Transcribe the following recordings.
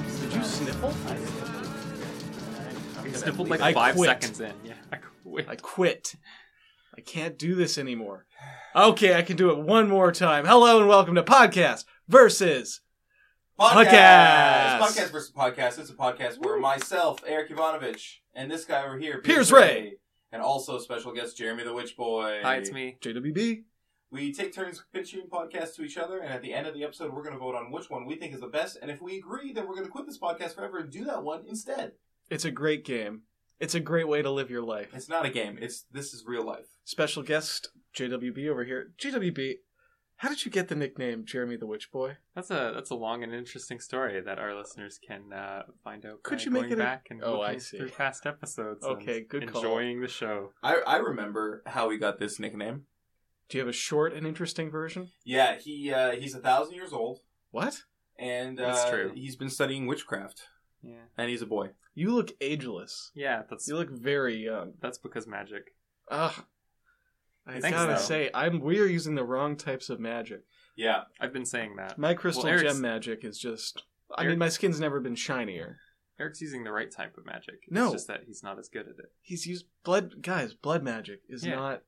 sniffle? I sniffled like I five quit. seconds in. Yeah, I quit. I quit. I can't do this anymore. Okay, I can do it one more time. Hello and welcome to Podcast versus. Podcast! Podcast Podcast versus podcast. It's a podcast where myself, Eric Ivanovich, and this guy over here, Piers Ray. and also special guest Jeremy the Witch Boy. Hi, it's me. JWB. We take turns pitching podcasts to each other, and at the end of the episode, we're going to vote on which one we think is the best. And if we agree, then we're going to quit this podcast forever and do that one instead. It's a great game. It's a great way to live your life. It's not a game. It's this is real life. Special guest JWB over here. JWB, how did you get the nickname Jeremy the Witch Boy? That's a that's a long and interesting story that our listeners can uh, find out. Could by you make going it a- back and Oh, looking I see. through past episodes? and Okay, good call. enjoying the show. I I remember how we got this nickname. Do you have a short and interesting version? Yeah, he uh, he's a thousand years old, What? and uh, That's true. he's been studying witchcraft, Yeah, and he's a boy. You look ageless. yeah. That's You look very young. that's because magic. Ugh. I Thanks, gotta though. say, I'm we are using the wrong types of magic. Yeah, I've been saying that. My crystal Well, Eric's- gem magic is just. I Eric- mean, my skin's never been shinier. Eric's using the right type of magic. No. it's just that he's not as good at it. He's used blood, guys. Blood magic is Yeah. not.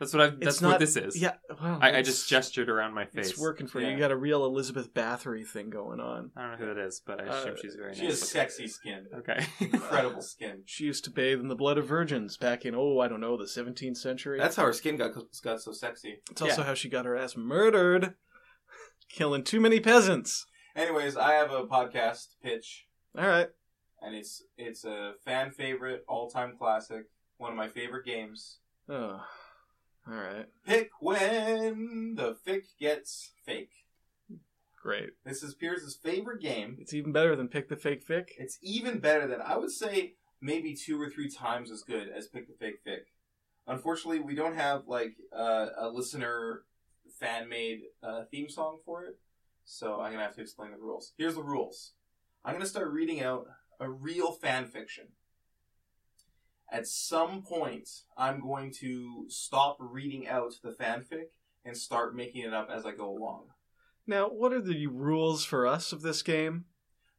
That's what I've. That's it's not, what this is. Yeah. Well, I, I it's- just gestured around my face. It's working for you. Yeah. You got a real Elizabeth Bathory thing going on. I don't know who that is, but I assume Uh, she's very she nice. has sexy skin, Okay. incredible skin. She used to bathe in the blood of virgins back in oh I don't know the 17th century. That's how her skin got got so sexy. It's also how she got her ass murdered, killing too many peasants. Anyways, I have a podcast pitch, All right. and it's it's a fan favorite, all time classic, one of my favorite games. Oh. All right. Pick when the fic gets fake. Great. This is Pierce's favorite game. It's even better than pick the fake fic. It's even better than I would say maybe two or three times as good as Pick the Fake Fic. Unfortunately, we don't have like uh, a listener fan made uh, theme song for it, so I'm gonna have to explain the rules. Here's the rules. I'm gonna start reading out a real fan fiction. At some point, I'm going to stop reading out the fanfic and start making it up as I go along. Now, what are the rules for us of this game?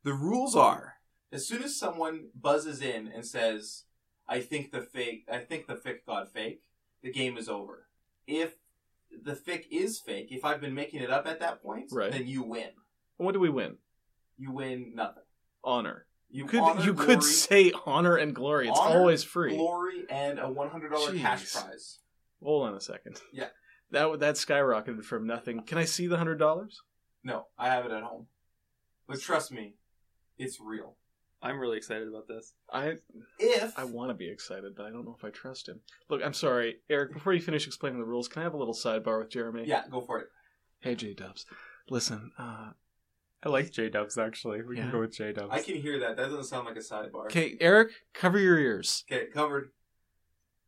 The rules are: as soon as someone buzzes in and says, "I think the fake, I think the fic got fake," the game is over. If the fic is fake, if I've been making it up at that point, Right. then you win. What do we win? You win nothing. Honor. You You could honor, you glory, could say honor and glory. It's Honor, always free. glory and a one hundred dollar cash Jeez. prize. Hold on a second. Yeah. That w- that skyrocketed from nothing. Can I see the hundred dollars? No, I have it at home. But trust me, it's real. I'm really excited about this. I If I want to be excited, but I don't know if I trust him. Look, I'm sorry, Eric. Before you finish explaining the rules, can I have a little sidebar with Jeremy? yeah, go for it. Hey, J Dubs. Listen, uh, I like J Dubs actually. We Yeah. can go with J Dubs. I can hear that. That doesn't sound like a sidebar. okay, Eric, cover your ears. Okay, covered.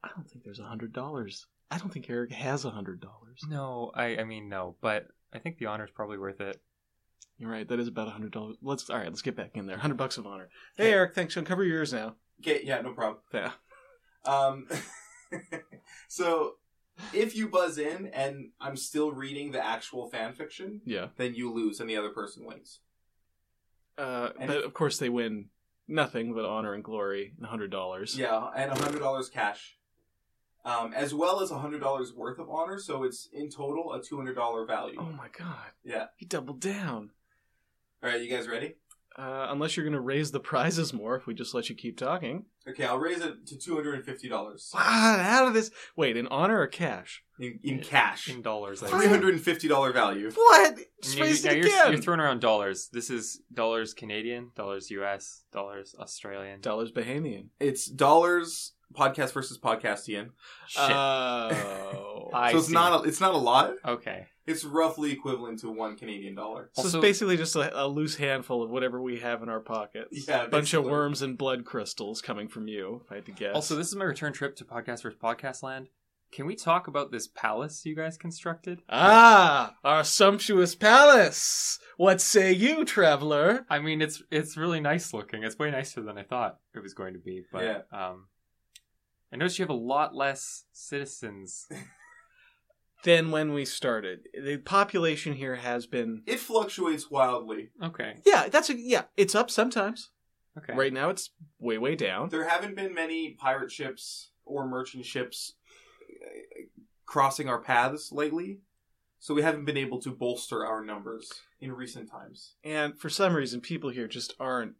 I don't think there's a hundred dollars. I don't think Eric has a hundred dollars. No, I I mean no, but I think the honor's probably worth it. You're right. That is about a hundred dollars. Let's all right. Let's get back in there. Hundred bucks of honor. Hey, Eric. Thanks. Sean. Cover your ears now. Okay, yeah, no problem. Yeah. Um, so if you buzz in and I'm still reading the actual fan fiction, Yeah. then you lose and the other person wins. Uh, And but if- of course they win nothing but honor and glory and hundred dollars. Yeah, and hundred dollars cash, um, as well as hundred dollars worth of honor. So it's in total a two hundred dollar value. Oh my god. Yeah. He doubled down. All right, you guys ready? Uh, unless you're gonna raise the prizes more if we just let you keep talking. Okay, I'll raise it to two hundred and fifty dollars Wow, out of this. Wait, in honor or cash? in, in cash. In dollars, I Three hundred and fifty dollar value. What? Just Now, you- raised now it you're, again. you're throwing around dollars. This is dollars Canadian, dollars US, dollars Australian. dollars Bahamian. It's dollars podcast versus podcast, Ian. Shit. Uh, Oh. I so it's see. not a, it's not a lot. okay. It's roughly equivalent to one Canadian dollar. So Also- it's basically just a, a loose handful of whatever we have in our pockets. Yeah, a bunch of basically. worms and blood crystals coming from you. If I had to guess. Also, this is my return trip to Podcast vs. Podcast Land. Can we talk about this palace you guys constructed? Ah, our sumptuous palace. What say you, traveler? I mean, it's it's really nice looking. It's way nicer than I thought it was going to be. But Yeah. um, I noticed you have a lot less citizens than when we started. The population here has been It fluctuates wildly. Okay. yeah, that's a, yeah, it's up sometimes. Okay. Right now, it's way way down. There haven't been many pirate ships or merchant ships uh, crossing our paths lately, so we haven't been able to bolster our numbers in recent times. And for some reason, people here just aren't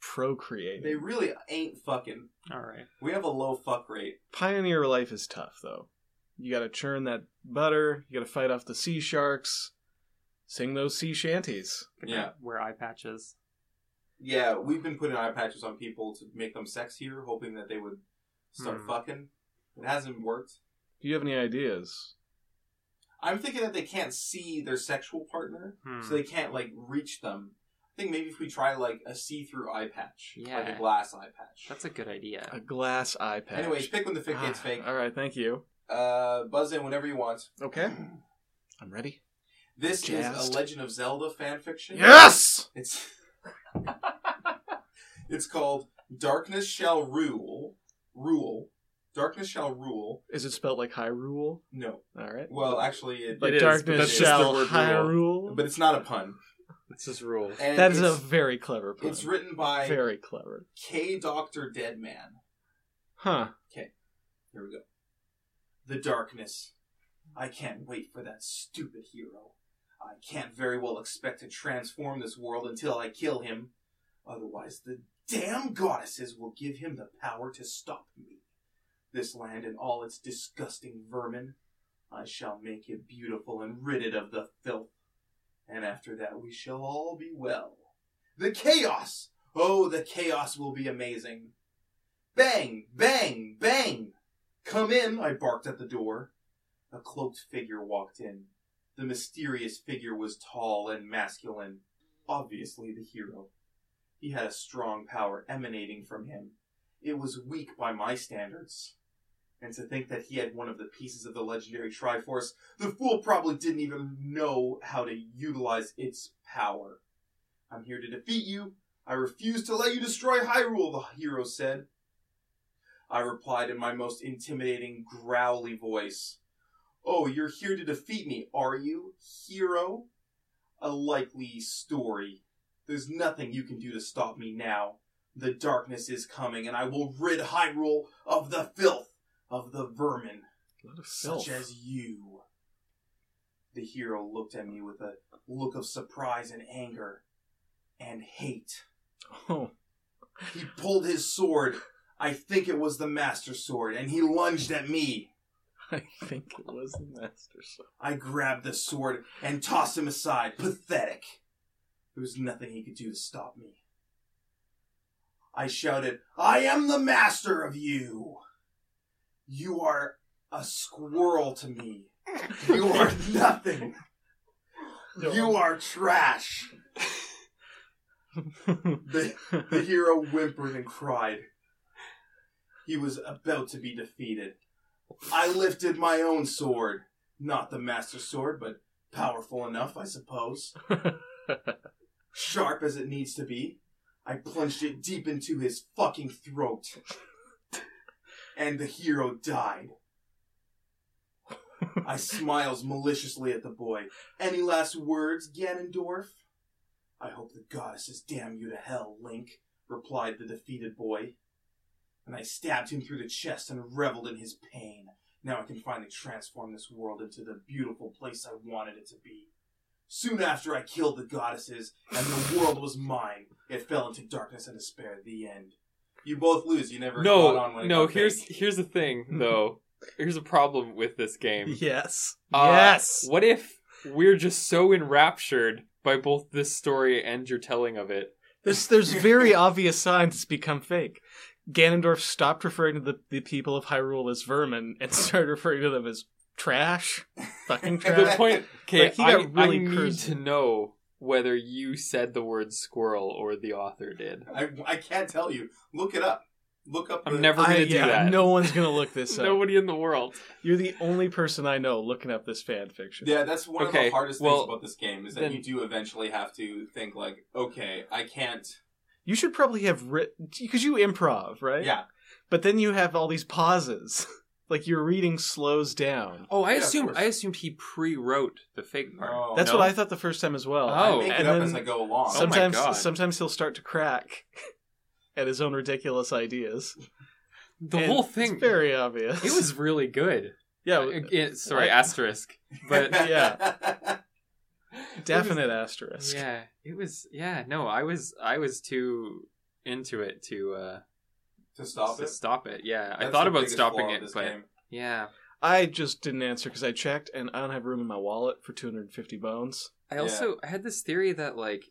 procreating. They really ain't fucking. All right. We have a low fuck rate. Pioneer life is tough though. You got to churn that butter. You got to fight off the sea sharks. Sing those sea shanties. Good Yeah. night. Wear eye patches. Yeah, we've been putting eye patches on people to make them sexier, hoping that they would start Hmm. fucking. It hasn't worked. Do you have any ideas? I'm thinking that they can't see their sexual partner, Hmm. so they can't like reach them. I think maybe if we try like a see-through eye patch, like a Yeah. glass eye patch. That's a good idea. A glass eye patch. Anyways, pick when the fic gets Ah, fake. All right, thank you. Uh, buzz in whenever you want. Okay, I'm ready. This is Jazzed. a Legend of Zelda fan fiction. Yes. It's it's called Darkness Shall Rule. Rule. Darkness Shall Rule. Is it spelled like Hyrule? No. All right. Well, actually, it, Like is, but darkness that's just shall the word Hyrule. but it's not a pun. It's his rule. And that is a it's- very clever pun. It's written by very clever. K. Doctor Deadman. Huh. Here we go. The darkness. I can't wait for that stupid hero. I can't very well expect to transform this world until I kill him. Otherwise, the damn goddesses will give him the power to stop me. This land and all its disgusting vermin. I shall make it beautiful and rid it of the filth. And after that, we shall all be well. The chaos! Oh, the chaos will be amazing. Bang! Bang! Bang! Come in, I barked at the door. A cloaked figure walked in. The mysterious figure was tall and masculine, obviously the hero. He had a strong power emanating from him. It was weak by my standards. And to think that he had one of the pieces of the legendary Triforce, the fool probably didn't even know how to utilize its power. I'm here to defeat you. I refuse to let you destroy Hyrule, the hero said. I replied in my most intimidating, growly voice. Oh, you're here to defeat me, are you, hero? A likely story. There's nothing you can do to stop me now. The darkness is coming, and I will rid Hyrule of the filth, of the vermin, A lot of filth. such as you. The hero looked at me with a look of surprise and anger and hate. Oh, He pulled his sword. I think it was the master sword, and he lunged at me. I think it was the master. sword. I grabbed the sword and tossed him aside. Pathetic. There was nothing he could do to stop me. I shouted, I am the master of you. You are a squirrel to me. You are nothing. You are trash. The- the hero whimpered and cried. He was about to be defeated. I lifted my own sword. Not the master sword, but powerful enough, I suppose. Sharp as it needs to be, I plunged it deep into his fucking throat. And the hero died. I smiles maliciously at the boy. Any last words, Ganondorf? I hope the goddesses damn you to hell, Link replied the defeated boy. And I stabbed him through the chest and reveled in his pain. Now I can finally transform this world into the beautiful place I wanted it to be. Soon after, I killed the goddesses, and the world was mine. It fell into darkness and despair. The end. You both lose. You never caught on No, when it no. got Here's fake. here's the Hmm. thing, though. here's a problem with this game. yes. Uh, yes. What if we're just so enraptured by both this story and your telling of it? There's there's very obvious signs it's become fake. Ganondorf stopped referring to the, the people of Hyrule as vermin and started referring to them as trash. Fucking The The trash. point. Okay, Like, he I, got really I need cursed. to know whether you said the word squirrel or the author did. I, I can't tell you. Look it up. Look up. I'm the- never- We're gonna do that. No one's gonna look this up. Nobody in the world. You're the only person I know looking up this fan fiction. Yeah, that's one of Okay, the hardest well, things about this game is that then- you do eventually have to think like, okay, I can't. You should probably have written because you improv, right? Yeah, But then you have all these pauses. Like your reading slows down. Oh, I Yeah, of assumed course. I Oh, assumed he pre-wrote the fake part. No. That's No? what I thought the first time as well. Oh, I make it and up then as I go Oh along. Some- sometimes God. sometimes he'll start to crack at his own ridiculous ideas. the And whole it's thing. very obvious. It was really good. yeah, Uh, yeah, sorry, What? asterisk. Oh But yeah. definite asterisk. yeah, it was. Yeah, no, I was. I was too into it to uh to stop to it. stop it. Yeah, I That's thought the about biggest stopping flaw of it, this but game. yeah, I just didn't answer because I checked and I don't have room in my wallet for 250 bones. I Yeah. also I had this theory that like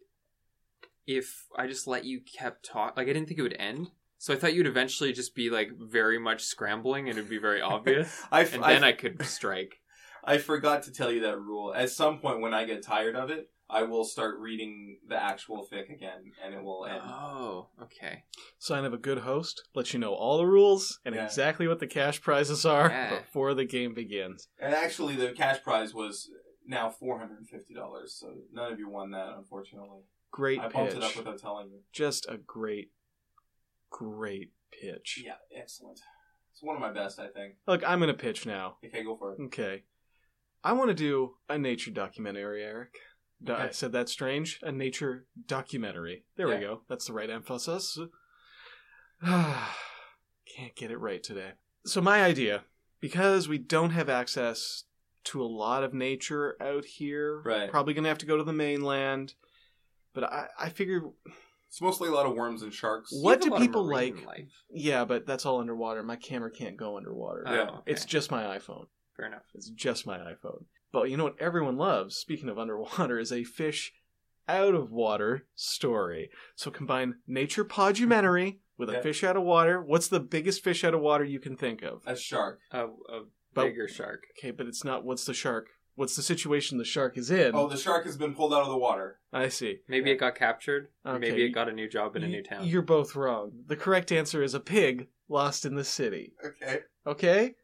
if I just let you kept talk, like I didn't think it would end. So I thought you'd eventually just be like very much scrambling, and it'd be very obvious, I, f- and I, then I could strike. I forgot to tell you that rule. At some point, when I get tired of it, I will start reading the actual fic again, and it will end. Oh, okay. Sign of a good host lets you know all the rules and Yeah. exactly what the cash prizes are Yeah. before the game begins. And actually, the cash prize was now four hundred and fifty dollars. So none of you won that, unfortunately. Great I bumped it up pitch. without telling you. Just a great, great pitch. Yeah, excellent. It's one of my best, I think. Look, I'm going to pitch now. Okay, go for it. Okay. I want to do a nature documentary, Eric. D- I Okay. said that strange. A nature documentary. There Yeah. we go. That's the right emphasis. Can't get it right today. So, my idea because we don't have access to a lot of nature out here, Right. probably going to have to go to the mainland. But I, I figure, It's mostly a lot of worms and sharks. What You have a do lot of people marine like? life. yeah, but that's all underwater. My camera can't go underwater. Oh, Yeah. okay. It's just my iPhone. fair enough. It's just my iPhone. But you know what everyone loves, speaking of underwater, is a fish out of water story. So combine nature podumentary with a Yeah. fish out of water. What's the biggest fish out of water you can think of? A shark. A, a But- bigger shark. Okay, but it's not what's the shark. What's the situation the shark is in? Oh, the shark has been pulled out of the water. I see. Maybe it got captured. or Okay, Maybe it you- got a new job in a Y- new town. You're both wrong. The correct answer is a pig lost in the city. Okay. Okay?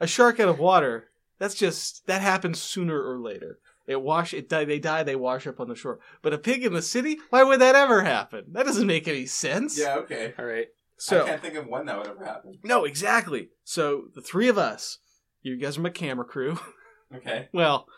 A shark out of water, that's just that happens sooner or later. It wash it die they die, they wash up on the shore. But a pig in the city? Why would that ever happen? That doesn't make any sense. Yeah. Okay. All right. I So can't think of when that would ever happen. No, exactly. So the three of us, you guys are my camera crew. Okay. well,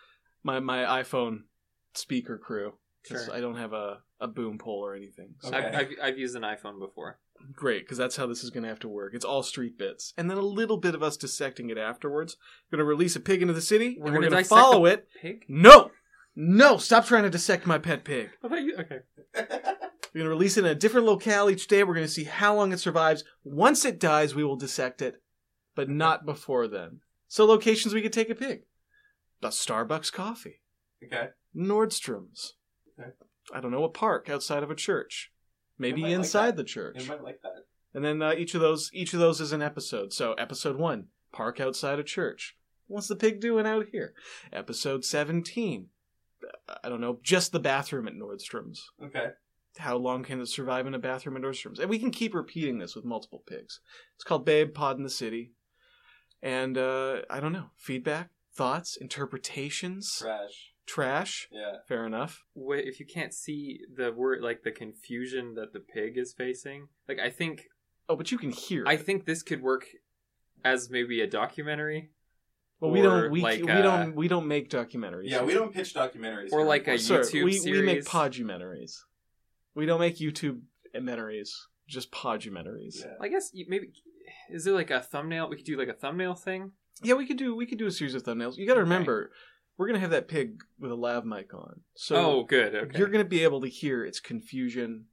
my my iPhone speaker crew. Because Sure. I don't have a, a boom pole or anything. So Okay. I've, I've, I've used an iPhone before. great, because that's how this is going to have to work. It's all street bits. And then a little bit of us dissecting it afterwards. We're going to release a pig into the city. We're and gonna we're going to dissect follow it. Pig? No! No! Stop trying to dissect my pet pig. I thought you. Okay. We're going to release it in a different locale each day. We're going to see how long it survives. Once it dies, we will dissect it, but not before then. So, locations we could take a pig a Starbucks coffee, okay. Nordstrom's. Okay. I don't know, a park outside of a church. They might Maybe like inside that. the church. You might like that. And then uh, each of those each of those is an episode. So episode one, park outside a church. What's the pig doing out here? Episode seventeen, uh, I don't know, just the bathroom at Nordstrom's. Okay. How long can it survive in a bathroom at Nordstrom's? And we can keep repeating this with multiple pigs. It's called Babe Pod in the City, and uh, I don't know feedback, thoughts, interpretations, Trash. trash. Yeah. Fair enough. Wait, if you can't see the word, like the confusion that the pig is facing, like I think, Oh, but you can hear. I it. think this could work as maybe a documentary, Well, we or don't. We, like, we uh, don't. We don't make documentaries. Yeah. We don't pitch documentaries. or here. like a Sir, YouTube we, series. we make podumentaries. We don't make YouTube mentaries, just podumentaries. Yeah. Yeah. I guess you, maybe is there like a thumbnail? We could do like a thumbnail thing. we could do we could do a series of thumbnails. You got to Okay. remember, we're gonna have that pig with a lav mic on, so oh, good. Okay. you're gonna be able to hear its confusion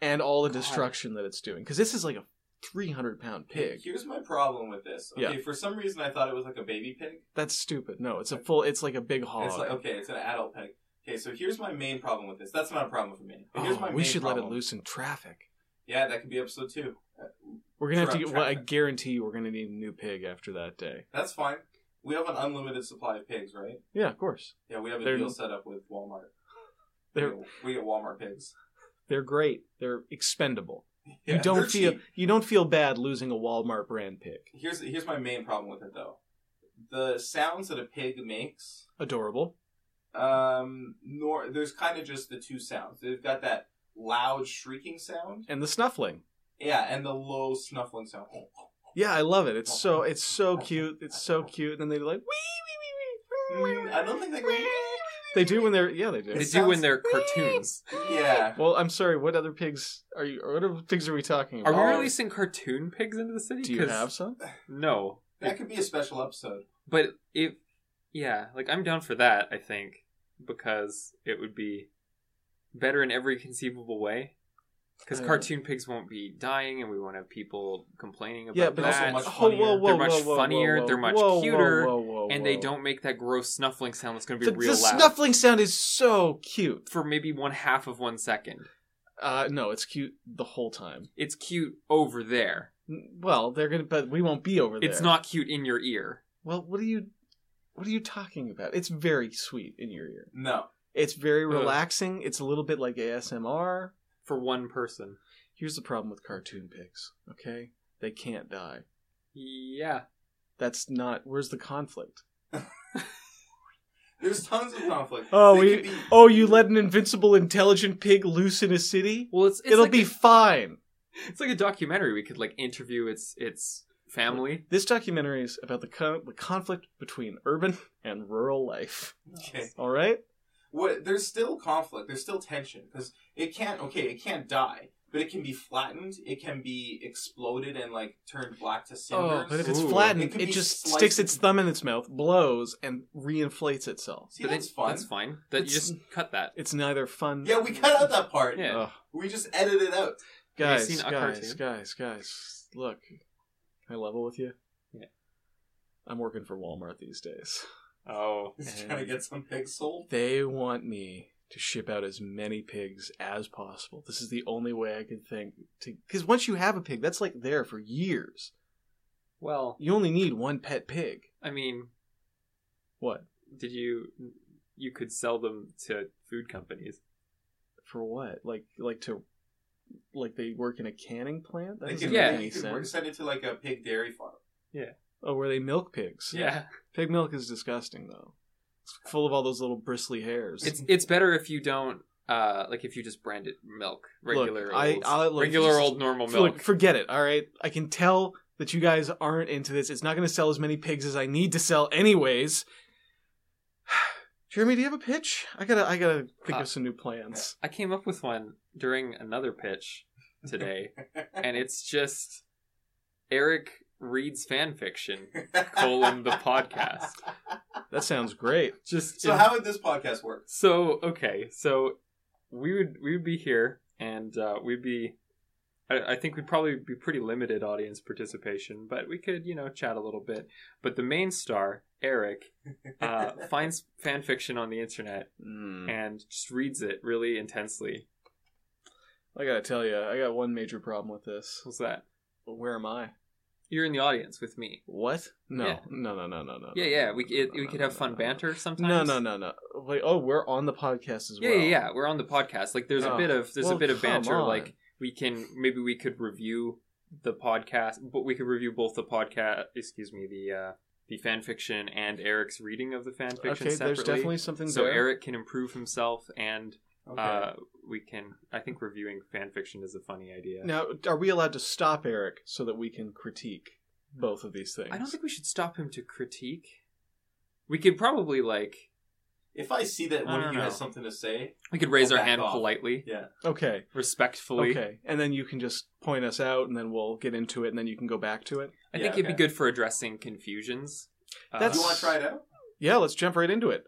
and all the God. destruction that it's doing because this is like a 300 pound pig. Here's my problem with this. Okay, Yeah. for some reason I thought it was like a baby pig. That's stupid. No, it's a full. It's like a big hog. It's like okay, it's an adult pig. Okay, so here's my main problem with this. That's not a problem for me. But here's oh, my we main should let it problem. loose in traffic. Yeah, that could be episode two. We're gonna have to. Throughout Get, well, I traffic. guarantee you, we're gonna need a new pig after that day. That's fine. We have an unlimited supply of pigs, right? Yeah, of course. Yeah, we have a They're- deal set up with Walmart. We They're get- we get Walmart pigs. they're great. They're expendable. You Yeah, they're don't feel cheap. you don't feel bad losing a Walmart brand pig. Here's here's my main problem with it though. The sounds that a pig makes Adorable. um nor there's kind of just the two sounds they've got that loud shrieking sound And the snuffling. yeah and the low snuffling sound Yeah, I love it. It's so it's so cute. It's so cute. And then they're like, wee, wee, wee, wee, Mm, I don't think they go. They do when they're yeah they They do. It do when sounds they're cartoons. Yeah. Well, I'm sorry. What other pigs are you? Or what other pigs are we talking Are about? we Oh. releasing cartoon pigs into the city? do you 'Cause- have some? No, That could be a special episode. but it, yeah, like I'm down for that. I think because it would be better in every conceivable way. Because Uh, cartoon pigs won't be dying, and we won't have people complaining about Yeah, but that. also much oh, whoa, funnier. whoa, They're much whoa, whoa, funnier, whoa, whoa, they're much whoa, whoa, cuter, whoa, whoa, and they whoa. don't make that gross snuffling sound that's going to be The, real the loud snuffling sound is so cute. for maybe one half of one second. Uh, no, it's cute the whole time. It's cute over there. N- Well, they're gonna, but we won't be over there. It's not cute in your ear. Well, what are you, what are you talking about? It's very sweet in your ear. No. It's very Ugh. relaxing. It's a little bit like ASMR. for one person. Here's the problem with cartoon pigs. Okay, they can't die. Yeah. That's not. Where's the conflict? There's tons of conflict. Oh, They we- could be- Oh, you let an invincible, intelligent pig loose in a city? Well, it's, it's It'll like be fine. it's like a documentary. We could like interview its its family. This documentary is about the, co- the conflict between urban and rural life. Okay. All right? What? There's still conflict. There's still tension because it can't. Okay, it can't die, but it can be flattened. It can be exploded and like turned black to cinders. Oh, but if it's Ooh. flattened, It could it, be just sliced sticks its in- thumb in its mouth, blows, and reinflates itself. See, But that's it- fun. That's fine. That you It's- just cut that. It's neither fun. Yeah, we cut out that part. Yeah. Ugh. We just edited it out. Have you Guys, seen a guys, cartoon? guys, guys. Look, can I level with you? Yeah. I'm working for Walmart these days. Oh. Just trying to get some pigs sold. They want me to ship out as many pigs as possible. This is the only way I can think to because once you have a pig, that's like there for years. Well, You only need one pet pig. I mean, What did you you could sell them to food companies? for what? Like like to like they work in a canning plant? That They doesn't could, make yeah, any you could work- sense. send it to like a pig dairy farm. Oh, where they milk pigs? Yeah. Pig milk is disgusting though. It's full of all those little bristly hairs. It's it's better if you don't uh like if you just brand it milk regular Look, I- old, I'll- look, regular just- old normal milk. Look, forget it. All right, I can tell that you guys aren't into this. It's not going to sell as many pigs as I need to sell, anyways. Jeremy, do you have a pitch? I gotta, I gotta think Uh, of some new plans. I came up with one during another pitch today, and it's just Eric reads fan fiction colon the podcast. That sounds great. Just So how would this podcast work? so okay, so we would we would be here, and uh, we'd be. I, I think we'd probably be pretty limited audience participation, but we could you know chat a little bit. But the main star Eric uh, finds fan fiction on the internet Hmm. and just reads it really intensely. I gotta tell you, I got one major problem with this. What's that? Where am I? You're in the audience with me. What? No, Yeah. no, no, no, no, no. Yeah, yeah. We it, no, we could no, have no, fun no, no. banter sometimes. No, no, no, no. Wait, oh, we're on the podcast as Yeah, well. yeah, yeah. We're on the podcast. Like, there's a Oh, bit of there's well, a bit of come banter. on. Like, we can maybe we could review the podcast, but we could review both the podcast. Excuse me, the uh, the fan fiction and Eric's reading of the fan fiction Okay, separately. there's definitely something. so there. Eric can improve himself, and Okay. uh, we can. I think reviewing fan fiction is a funny idea. Now, are we allowed to stop Eric so that we can critique both of these things? I don't think we should stop him to critique. We could probably like if I see that I one don't of you know. has something to say, we could raise I'll our back hand off. politely, yeah. Okay. respectfully. Okay. And then you can just point us out, and then we'll get into it, and then you can go back to it. I Yeah, think it'd be okay. good for addressing confusions. Uh, That's- you want to try it out? Yeah, let's jump right into it.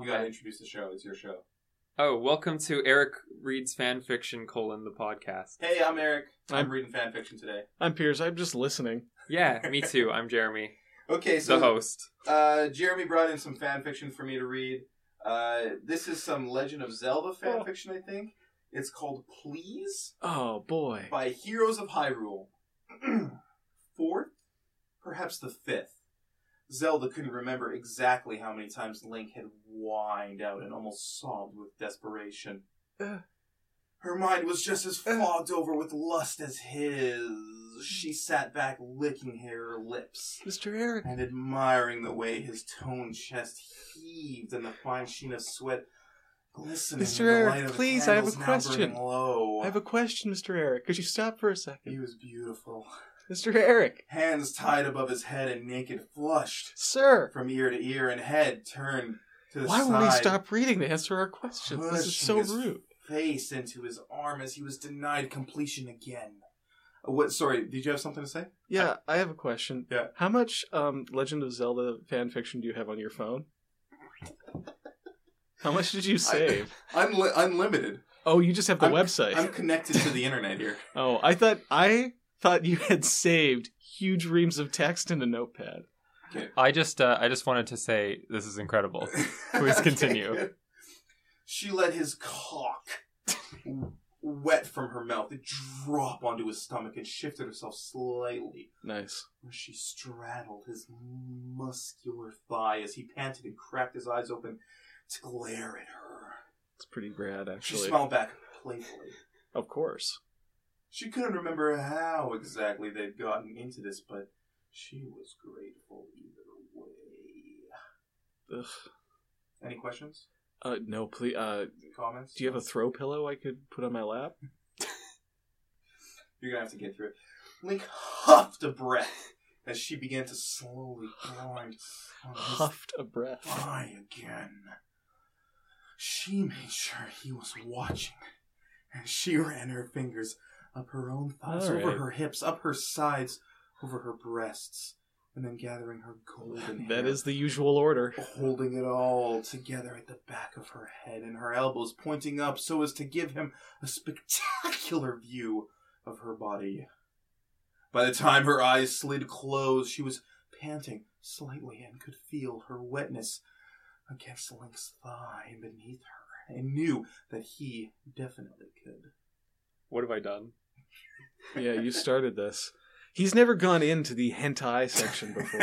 You got to Okay. introduce the show. It's your show. oh, welcome to Eric Reed's fan fiction colon the podcast. Hey, I'm Eric. I'm, I'm- reading fan fiction today. I'm Piers. I'm just listening. Yeah, me too. I'm Jeremy, Okay, the so host. uh, Jeremy brought in some fan fiction for me to read. Uh, this is some Legend of Zelda fan fiction, I think. It's called Please Oh boy. by Heroes of Hyrule. Fourth, perhaps the fifth. Zelda couldn't remember exactly how many times Link had whined out and almost sobbed with desperation. Uh. Her mind was just as fogged over with lust as his. She sat back, licking her lips Mr. Eric. and admiring the way his toned chest heaved and the fine sheen of sweat Glistening Mr. in the Eric, light of the please, I have a candles now question. burning Low. I have a question, Mr. Eric. Could you stop for a second? He was beautiful. Mr. Eric, Hands tied above his head and naked, flushed sir, from ear to ear, and head turned to the why side. won't he stop reading to answer our questions? This is so Pushing his rude. Face into his arm as he was denied completion again. Uh, What? Sorry, did you have something to say? Yeah, I have a question. Yeah. How much um, Legend of Zelda fan fiction do you have on your phone? How much did you save? I'm li- unlimited. oh, you just have the I'm- website. I'm connected to the internet here. oh, I thought I thought you had saved huge reams of text in a notepad. I just uh, I just wanted to say this is incredible. Please continue. good. She let his cock wet from her mouth drop onto his stomach and shifted herself slightly, Nice. where she straddled his muscular thigh as he panted and cracked his eyes open to glare at her. It's pretty rad, She actually. smiled back playfully. of course. She couldn't remember how exactly they'd gotten into this, but she was grateful either way. Ugh. Any questions? Uh, no, please. Uh, Comments? do you have a throw pillow I could put on my lap? You're gonna have to get through it. Link huffed a breath as she began to slowly grind on his Huffed a breath. thigh again. She made sure he was watching, and she ran her fingers up her own thighs, over Alright. her hips, up her sides, over her breasts, and then gathering her golden hair That is the usual order. holding it all together at the back of her head and her elbows pointing up so as to give him a spectacular view of her body. By the time her eyes slid closed, she was panting slightly and could feel her wetness against Link's thigh beneath her and knew that he definitely could. What have I done? Yeah, you started this. He's never gone into the hentai section before.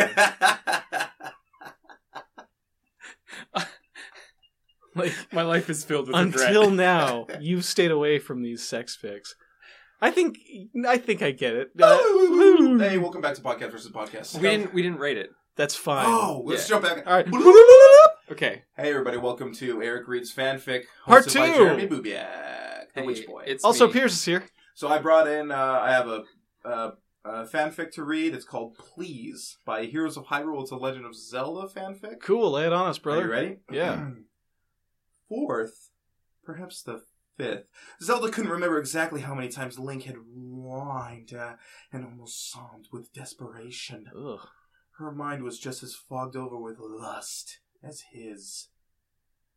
like My life is filled with until regret. now, you've stayed away from these sex pics. I think I think I get it. Uh, hey, welcome back to Podcast versus Podcast. we didn't we didn't rate it. that's fine. Oh, let's jump back. All right. Okay, Hey everybody, welcome to Eric Reed's fanfic hosted Part by two. Jeremy Bubiak, the Hey, Witch Boy. It's Also, me. Piers is here. So I brought in. Uh, I have a, uh, a fanfic to read. It's called "Please" by Heroes of Hyrule. It's a Legend of Zelda fanfic. Cool, lay it on us, brother. Are you ready? Yeah. Fourth, perhaps the fifth. Zelda couldn't remember exactly how many times Link had whined uh, and almost sobbed with desperation. Ugh. Her mind was just as fogged over with lust as his.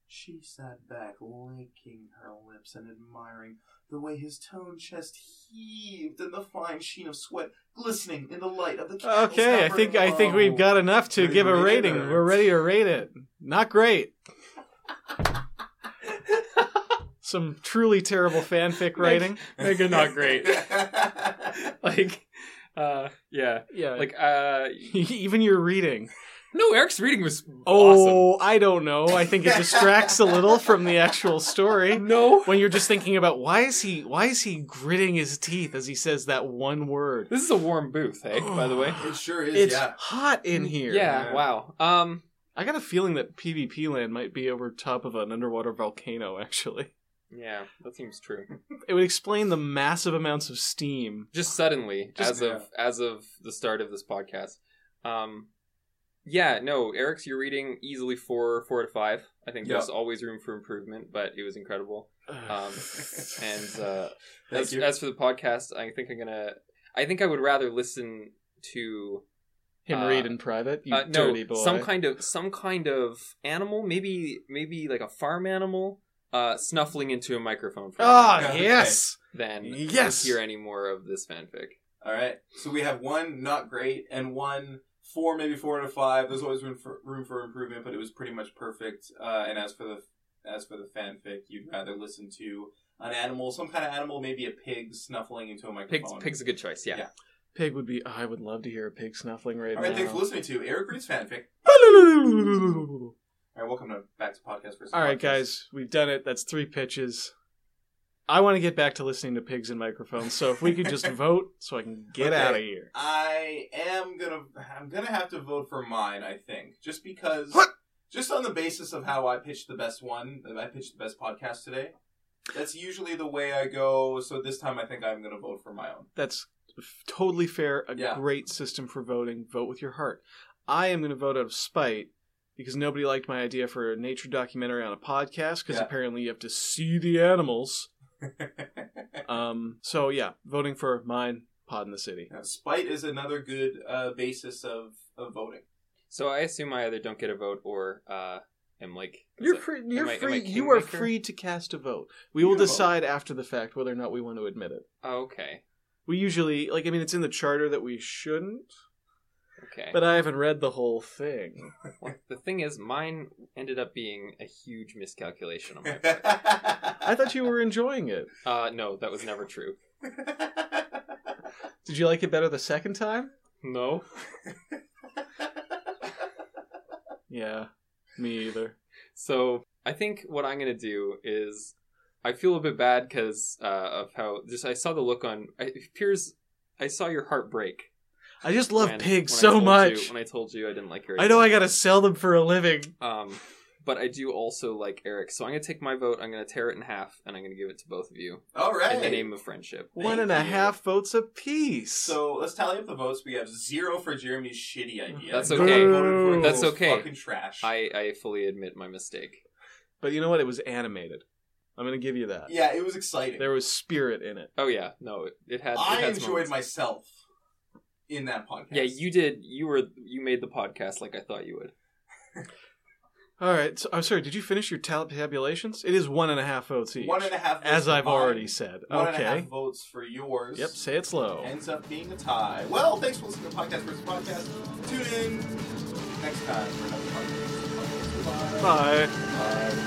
She sat back, licking her lips and admiring the way his toned chest heaved and the fine sheen of sweat glistening in the light of the candles Okay, I that think were I think we've low. got enough to Oh. Ready give to a rate rating. it? We're ready to rate it. Not great. Some truly terrible fanfic rating. Make it not great. like, uh, yeah, Yeah, like uh, even your reading. no, Eric's reading was Oh, I don't know. I think it distracts a little from the actual story. awesome. No, When you're just thinking about why is he why is he gritting his teeth as he says that one word? this is a warm booth, hey. By the way, It sure is, It's yeah. hot in here. Mm, Yeah, Yeah. wow. Um, I got a feeling that PvP land might be over top of an underwater volcano actually. yeah, that seems true. It would explain the massive amounts of steam. Just suddenly, Just- as of as of the start of this podcast, um, yeah, no, Eric's you're reading easily four four to five. I think Yeah. there's always room for improvement, but it was incredible. Um, And uh, Thank as you. as for the podcast, I think I'm gonna. I think I would rather listen to Him uh, read in private, you uh, no dirty boy. some kind of some kind of animal, maybe maybe like a farm animal, uh, snuffling into a microphone. For a Ah, minute Okay. yes. than Yes. hear any more of this fanfic. All right. So we have one not great and one four, maybe four out of five. There's always room for room for improvement, but it was pretty much perfect. Uh, and as for the as for the fanfic, you'd rather listen to an animal, some kind of animal, maybe a pig snuffling into a Pig's, microphone. pig's a good choice, yeah. Yeah. Pig would be. I would love to hear a pig snuffling right All right. now. Thanks for listening to Eric Reed's fanfic. All All right. Welcome to back to podcast. Versus right, Podcast. guys, we've done it. That's three pitches. I want to get back to listening to pigs in microphones. So if we could just vote, so I can get Okay. out of here. I am gonna I'm gonna have to vote for mine. I think just because What? just on the basis of how I pitched the best one, that I pitched the best podcast today. That's usually the way I go. So this time, I think I'm going to vote for my own. That's f- totally fair. A Yeah. great system for voting. Vote with your heart. I am going to vote out of spite because nobody liked my idea for a nature documentary on a podcast because Yeah. apparently you have to see the animals. Um, so yeah, voting for mine, Pod in the City. Yeah, spite is another good uh, basis of, of voting. So I assume I either don't get a vote or uh, am like You're is it- free. You're I- am I free. you are kingmaker? free to cast a vote. We You will can vote. decide after the fact whether or not we want to admit it. Oh, okay, We usually like. I mean, it's in the charter that we shouldn't, okay. but uh, I haven't read the whole thing. Well, the thing is, mine ended up being a huge miscalculation on my part. I I thought you were enjoying it. Uh, no, that was never true. Did you like it better the second time? No. Yeah, me either. So I think what I'm gonna do is, I feel a bit bad because uh, of how just I saw the look on I- Piers. I saw your heart break. I just love when- pigs when I so told much. You, when I told you I didn't like your. I know I gotta sell them for a living. Um, but I do also like Eric, so I'm gonna take my vote. I'm gonna tear it in half, and I'm gonna give it to both of you All in the right. name of friendship. One and a half you. votes apiece. So let's tally up the votes. We have zero for Jeremy's shitty idea. That's None okay. voted for it. That's It was okay. Fucking trash. I I fully admit my mistake. but you know what? It was animated. I'm gonna give you that. Yeah, it was exciting. There was spirit in it. Oh yeah, no, it, it had. it I had its enjoyed moments. myself in that podcast. Yeah, you did. You were you made the podcast like I thought you would. All right. So, I'm sorry. Did you finish your tab- tabulations? It is one and a half votes each. one and a half. votes as for I've mine, already said. one and a okay. half votes for yours. Yep. Say it slow. Ends up being a tie. Well, thanks for listening to Podcast versus Podcast. Tune in next time for another podcast. versus podcast. Goodbye. Bye. Bye.